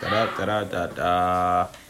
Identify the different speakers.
Speaker 1: Da da da da da.